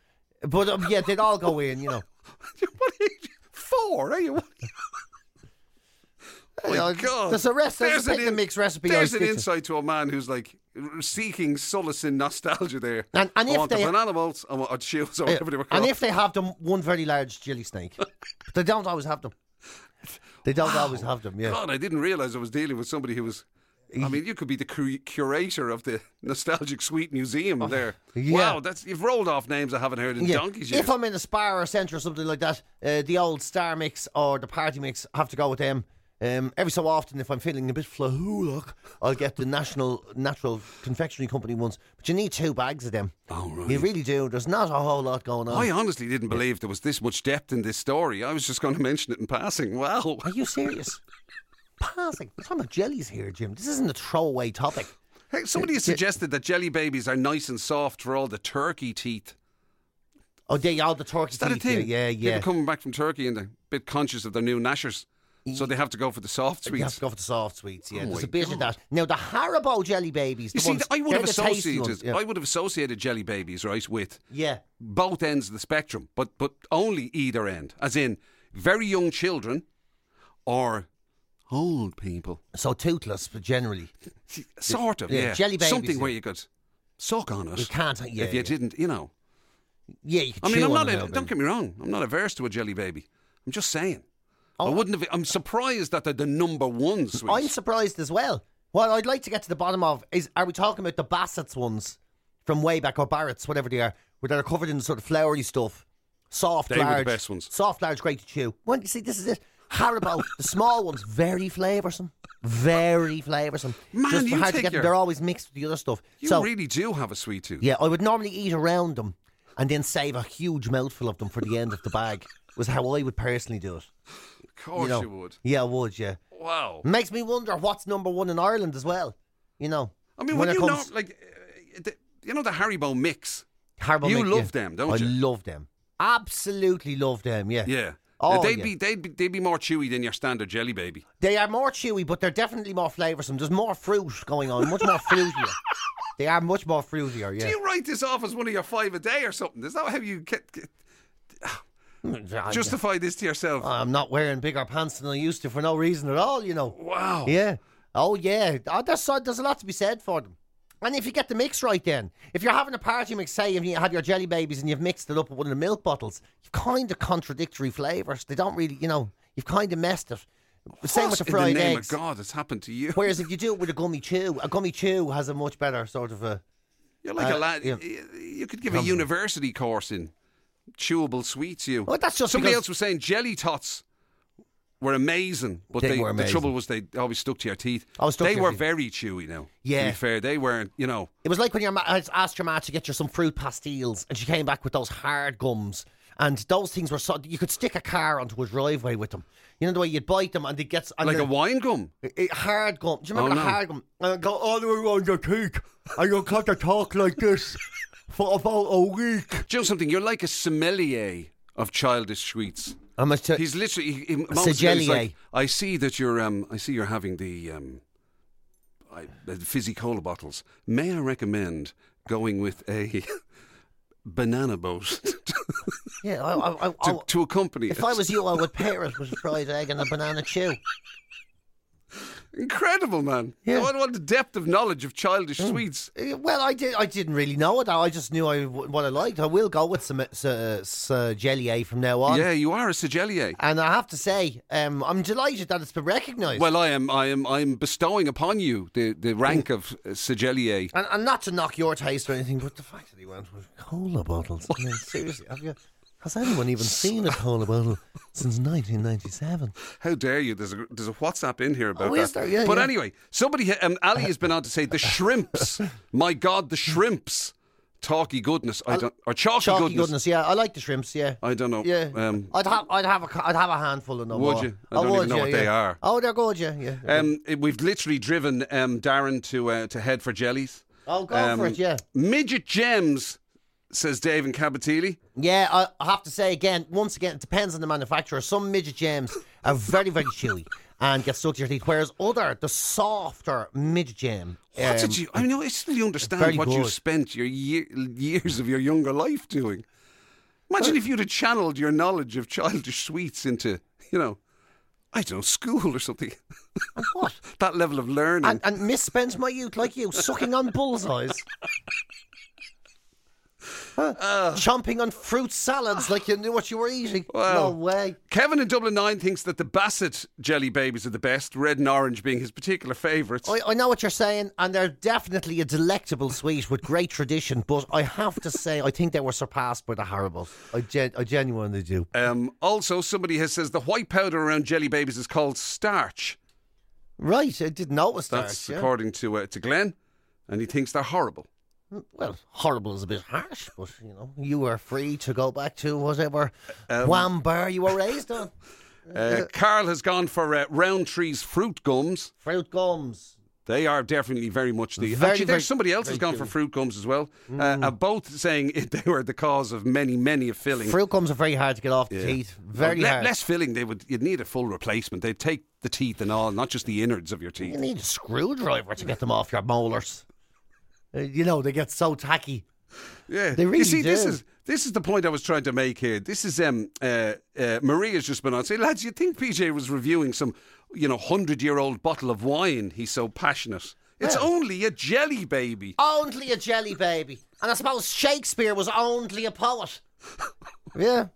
D: But um, yeah, they'd all go in, you know.
C: what are you, four? Are you? Oh my
D: Yeah,
C: God!
D: there's a rest- there's a pick and
C: in-
D: mix recipe I
C: There's an
D: stick to.
C: insight to a man who's like seeking solace in nostalgia. There,
D: And- and
C: I
D: if
C: want
D: they-
C: the banana molts, I want or chews or
D: Yeah.
C: whatever they were called.
D: And if they have them, one very large jelly snake. they don't always have them. They don't always have them, yeah.
C: God, I didn't realize I was dealing with somebody who was. I mean, you could be the cur- curator of the nostalgic sweet museum there.
D: Oh, yeah.
C: Wow, that's you've rolled off names I haven't heard in
D: Yeah.
C: donkeys years.
D: If I'm in a spa or a centre or something like that, uh, the old star mix or the party mix, I have to go with them. Um, every so often, if I'm feeling a bit flahoolic, I'll get the National Natural Confectionery Company ones. But you need two bags of them.
C: Oh, right.
D: You really do. There's not a whole lot going on.
C: I honestly didn't believe there was this much depth in this story. I was just going to mention it in passing. Wow.
D: Are you serious? Passing. We're talking about jellies here, Jim. This isn't a throwaway topic.
C: Hey, somebody has suggested that jelly babies are nice and soft for all the turkey teeth.
D: Oh, yeah, yeah, all the turkey
C: Is that a
D: teeth, yeah,
C: thing?
D: Yeah, yeah.
C: People coming back from Turkey and they're a bit conscious of their new nashers, so they have to go for the soft
D: You have to
C: sweets.
D: go for the soft sweets, yeah.
C: Oh
D: There's
C: my
D: a bit of that. Now, the Haribo jelly babies.
C: You
D: the
C: see,
D: ones-
C: I would
D: they're
C: have
D: the tasty ones,
C: associated,
D: yeah.
C: I would have associated jelly babies, right, with
D: yeah.
C: both ends of the spectrum, but but only either end, as in very young children or old people.
D: So toothless, but generally.
C: Sort of,
D: Yeah,
C: yeah.
D: jelly babies,
C: Something where
D: yeah.
C: you could suck on it.
D: You can't, yeah,
C: if you
D: yeah.
C: didn't, you know.
D: Yeah, you could
C: I mean,
D: chew
C: I'm
D: on
C: not.
D: them
C: A,
D: now,
C: don't
D: maybe.
C: get me wrong. I'm not averse to a jelly baby. I'm just saying. I wouldn't have. I'm surprised that they're the number one sweet.
D: Oh, I'm surprised as well. What I'd like to get to the bottom of is are we talking about the Bassett's ones from way back or Barrett's, whatever they are, where they're covered in sort of flowery stuff? Soft,
C: They were the
D: large.
C: best ones.
D: Soft, large, great to chew. Well, you see, this is it. Haribo, the small ones, very flavoursome. Very flavoursome.
C: Man,
D: Just
C: you
D: hard
C: take
D: to get them.
C: your-
D: They're always mixed with the other stuff.
C: you
D: so,
C: really do have a sweet tooth.
D: yeah, I would normally eat around them and then save a huge mouthful of them for the end of the bag, was how I would personally do it.
C: of course you,
D: know. Mm.
C: would.
D: Yeah, I would, yeah.
C: Wow.
D: Makes me wonder what's number one in Ireland as well. You know,
C: I mean, when,
D: it
C: you
D: comes
C: know, like, uh, the, you know the Haribo mix.
D: Haribo
C: you
D: Mick,
C: love them, don't you?
D: I love them. Absolutely love them. Yeah.
C: Yeah.
D: Oh,
C: they'd
D: yeah.
C: be they'd be they'd be more chewy than your standard jelly baby.
D: They are more chewy, but they're definitely more flavoursome. There's more fruit going on, much more fruitier. They are much more fruitier.
C: Do
D: Yeah.
C: you write this off as one of your five a day or something? Is that how you get, get-
D: I- Uh,
C: justify this to yourself?
D: I'm not wearing bigger pants than I used to for no reason at all. You know.
C: wow.
D: Yeah. Oh yeah. Oh, there's, so- there's a lot to be said for them. And if you get the mix right, then if you're having a party mix, say, and you have your jelly babies and you've mixed it up with one of the milk bottles, you've kind of contradictory flavors. They don't really, you know, you've kind of messed it. Same
C: What
D: with the
C: in the
D: fried
C: name
D: eggs.
C: of God, it's happened to you.
D: Whereas if you do it with a gummy chew, a gummy chew has a much better sort of a.
C: You're like
D: Uh,
C: a lad.
D: yeah.
C: y- You could give a university course in chewable sweets. You.
D: Well, that's just
C: somebody
D: because-
C: else was saying jelly tots were amazing, but
D: They
C: they,
D: were amazing.
C: the trouble was they always stuck to your teeth.
D: Always stuck
C: they
D: to your
C: were
D: teeth.
C: very chewy now. to
D: Yeah.
C: be fair, they weren't. You know,
D: It was like when your ma- I asked your ma to get you some fruit pastilles, and she came back with those hard gums. And those things were so you could stick a car onto a driveway with them. You know the way you'd bite them, and it gets and
C: like
D: the-
C: a wine gum.
D: It, hard gum. Do you remember
C: Oh,
D: the
C: no.
D: hard gum? And it go all the way around your teeth, and you got to talk like this for about a week.
C: Do you know something? You're like a sommelier of childish sweets.
D: I'm a t-
C: He's literally. He, he, Martin Simon's
D: sommelier.
C: like, I see that you're. Um, I see you're having the um, I, the fizzy cola bottles. May I recommend going with a banana boat
D: yeah. I, I, I, I-
C: to, to accompany?
D: if
C: it?
D: I was you, I would pair it with a fried egg and a banana chew.
C: incredible, man.
D: Yeah.
C: What, what the depth of knowledge of childish sweets.
D: Uh, Well, I did. I didn't really know it. I just knew I w- what I liked. I will go with some uh, s- uh, s- uh, jelly A from now on.
C: Yeah, you are a sommelier.
D: And I have to say, um, I'm delighted that it's been recognised.
C: Well, I am. I am. I am bestowing upon you the, the rank
D: Hmm.
C: of uh, sommelier.
D: and, and not to knock your taste or anything, but the fact that he went with cola bottles. I mean, seriously, have you? Has anyone even seen a cola bottle since 1997?
C: How dare you? There's a there's a WhatsApp in here about
D: Oh,
C: that.
D: is there? Yeah,
C: but
D: yeah.
C: anyway, somebody um, Ali has been on to say the shrimps. My God, the shrimps. Talky goodness. I don't or chalky,
D: Uh, Chalky
C: goodness.
D: goodness. yeah. I like the shrimps, yeah.
C: I don't know.
D: yeah,
C: Um,
D: I'd have, I'd have, a, ca- I'd have a handful of them.
C: Would
D: all.
C: you? I don't even
D: would,
C: know
D: yeah,
C: what they
D: yeah.
C: are.
D: Oh, they're good, yeah, yeah.
C: um, it- we've literally driven um, Darren to uh, to head for jellies.
D: oh, go
C: um,
D: for it, yeah.
C: Midget gems, says Dave and Cabatili.
D: Yeah, I- I have to say again, once again, it depends on the manufacturer. Some midget jams are very, very chewy and get stuck to your teeth, whereas other, the softer midget jam.
C: What
D: um,
C: did you? I mean, I still
D: very
C: understand what you
D: good.
C: spent your year, years of your younger life doing. Imagine if you'd have channeled your knowledge of childish sweets into, you know, I don't know, school or something.
D: and what?
C: That level of learning.
D: And, and misspent my youth like you, sucking on bullseyes. Huh?
C: Oh.
D: Chomping on fruit salads like you knew what you were eating.
C: Wow.
D: No way.
C: Kevin in Dublin 9 thinks that the Bassett jelly babies are the best, red and orange being his particular favourites.
D: I, I know what you're saying, and they're definitely a delectable sweet with great tradition, but I have to say, I think they were surpassed by the Haribo. I, gen- I genuinely do.
C: Um, also, somebody has says the white powder around jelly babies is called starch.
D: Right, I didn't notice that.
C: That's
D: yeah.
C: according to uh, to Glenn, and he thinks they're horrible.
D: Well, horrible is a bit harsh, but you know, you were free to go back to whatever
C: Um,
D: wham bar you were raised on.
C: Uh, Carl has gone for uh, Roundtree's fruit gums.
D: Fruit gums.
C: They are definitely very much the.
D: Very,
C: actually,
D: very-
C: there's somebody else has
D: very Mm.
C: gone for fruit gums as well. Uh, uh, both saying it, they were the cause of many, many a filling.
D: Fruit gums are very hard to get off the teeth. Very
C: Le-
D: hard.
C: Less filling, they would. You'd need a full replacement. They'd take the teeth and all, not just the innards of your
D: You
C: teeth.
D: need a screwdriver to get them off your molars. Uh, you know, they get so tacky.
C: Yeah,
D: They really
C: You see, this
D: do.
C: is this is the point I was trying to make here. This is um uh, uh, Maria's just been on say, lads, you think PJ was reviewing some, you know, hundred year old bottle of wine? He's so passionate. It's
D: Well-
C: only a jelly baby.
D: Only a jelly baby. And I suppose Shakespeare was only a poet. yeah.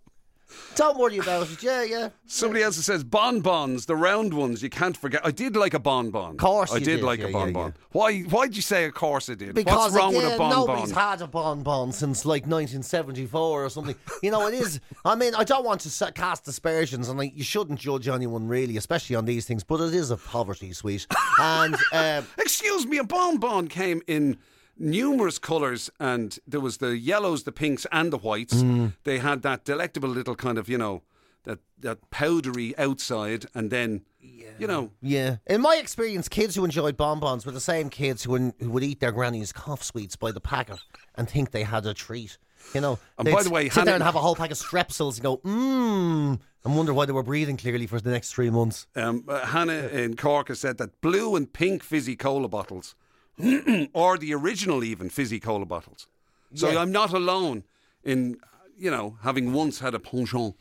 D: Don't worry about it. Yeah, yeah.
C: Somebody else says bonbons, the round ones. You can't forget. I did like a bonbon. Of
D: Course
C: I
D: you
C: did,
D: did,
C: like
D: yeah,
C: a
D: yeah,
C: bonbon.
D: yeah.
C: Why? Why'd you say? Of course I did.
D: Because
C: What's wrong
D: again,
C: with a bonbon?
D: nobody's had a bonbon since like 1974 or something. You know, it is. I mean, I don't want to sa- cast aspersions, and like you shouldn't judge anyone really, especially on these things. But it is a poverty sweet, and uh,
C: Excuse me, a bonbon came in numerous colours, and there was the yellows, the pinks, and the whites.
D: Mm.
C: They had that delectable little kind of, you know, that that powdery outside, and then, you know,
D: yeah. In my experience, kids who enjoyed bonbons were the same kids who, wouldn't- who would eat their granny's cough sweets by the packet and think they had a treat. You know,
C: And
D: they'd
C: by the way,
D: sit
C: Hannah-
D: there and have a whole pack of strepsils and go, mmm, and wonder why they were breathing clearly for the next three months.
C: um, uh, Hannah in Cork has said that blue and pink fizzy cola bottles, or the original even fizzy cola bottles. So
D: Yeah.
C: I'm not alone in, you know, having once had a penchant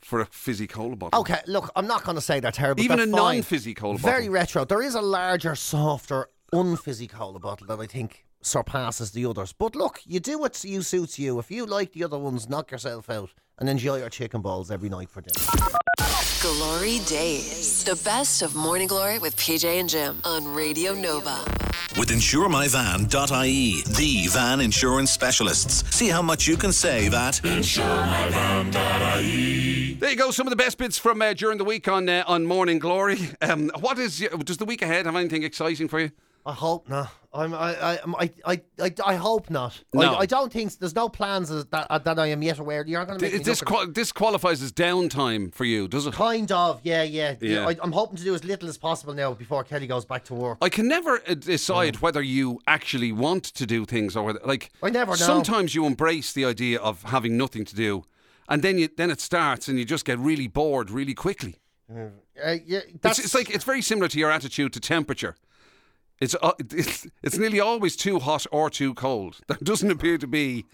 C: for a fizzy cola bottle.
D: Okay, look, I'm not going to say they're terrible.
C: Even
D: they're
C: a
D: fine.
C: non-fizzy cola
D: Very
C: bottle.
D: retro. There is a larger, softer, unfizzy cola bottle that I think surpasses the others. But look, you do what you suits you. If you like the other ones, knock yourself out and enjoy your chicken balls every night for dinner.
A: Glory Days. The best of Morning Glory with PJ and Jim on Radio Nova.
B: With insuremyvan.ie, the van insurance specialists. See how much you can save at
C: There you go. Some of the best bits from uh, during the week on uh, on Morning Glory. Um, what is your- does the week ahead have anything exciting for you?
D: I hope not. I'm, I, I, I'm- I, I, I, I hope not.
C: No.
D: I, I don't think there's no plans that that, that I am yet aware. You're going to make me
C: Th- This
D: look at-
C: qual- this qualifies as downtime for you, does it?
D: kind of yeah yeah.
C: Yeah.
D: I, I'm hoping to do as little as possible now before Kelly goes back to work.
C: I can never uh, decide whether you actually want to do things or whether, like.
D: Mm. I never know.
C: Sometimes you embrace the idea of having nothing to do, and then you then it starts, and you just get really bored really quickly.
D: Uh, yeah, that's
C: It's, it's like it's very similar to your attitude to temperature. It's, uh, it's it's nearly always too hot or too cold. There doesn't appear to be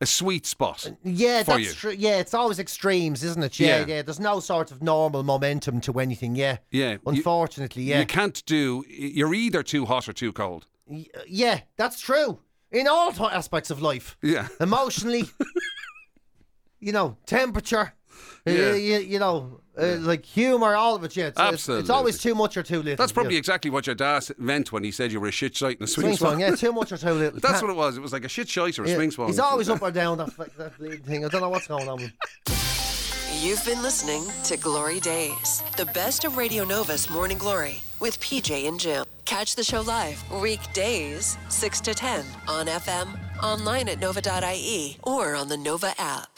C: a sweet
D: Uh,
C: spot.
D: Yeah,
C: for
D: that's
C: you.
D: true. Yeah, it's always extremes, isn't it? Yeah,
C: Yeah.
D: yeah, There's no sort of normal momentum to anything. Yeah.
C: Yeah, you-
D: Unfortunately, yeah.
C: You can't do. You're either too hot or too cold.
D: Y- yeah, that's true. In all t- aspects of life,
C: Yeah.
D: emotionally, you know, temperature, uh,
C: Yeah.
D: you, you know, uh, like humor, all of it. Yeah, it's, it's- It's, always
C: Absolutely.
D: too much or too little.
C: That's probably
D: yeah.
C: exactly what your dad s- meant when he said you were a shit shite and a swing,
D: swing song. Yeah, too much or too little.
C: That's
D: Can't-
C: what it was. It was like a shit shite or a
D: yeah.
C: swing swan.
D: He's always up or down that, that bleeding thing. I don't know what's going on. With him.
A: You've been listening to Glory Days, the best of Radio Nova's Morning Glory with PJ and Jim. Catch the show live weekdays 6 to 10 E on FM, online at nova.ie or on the Nova app.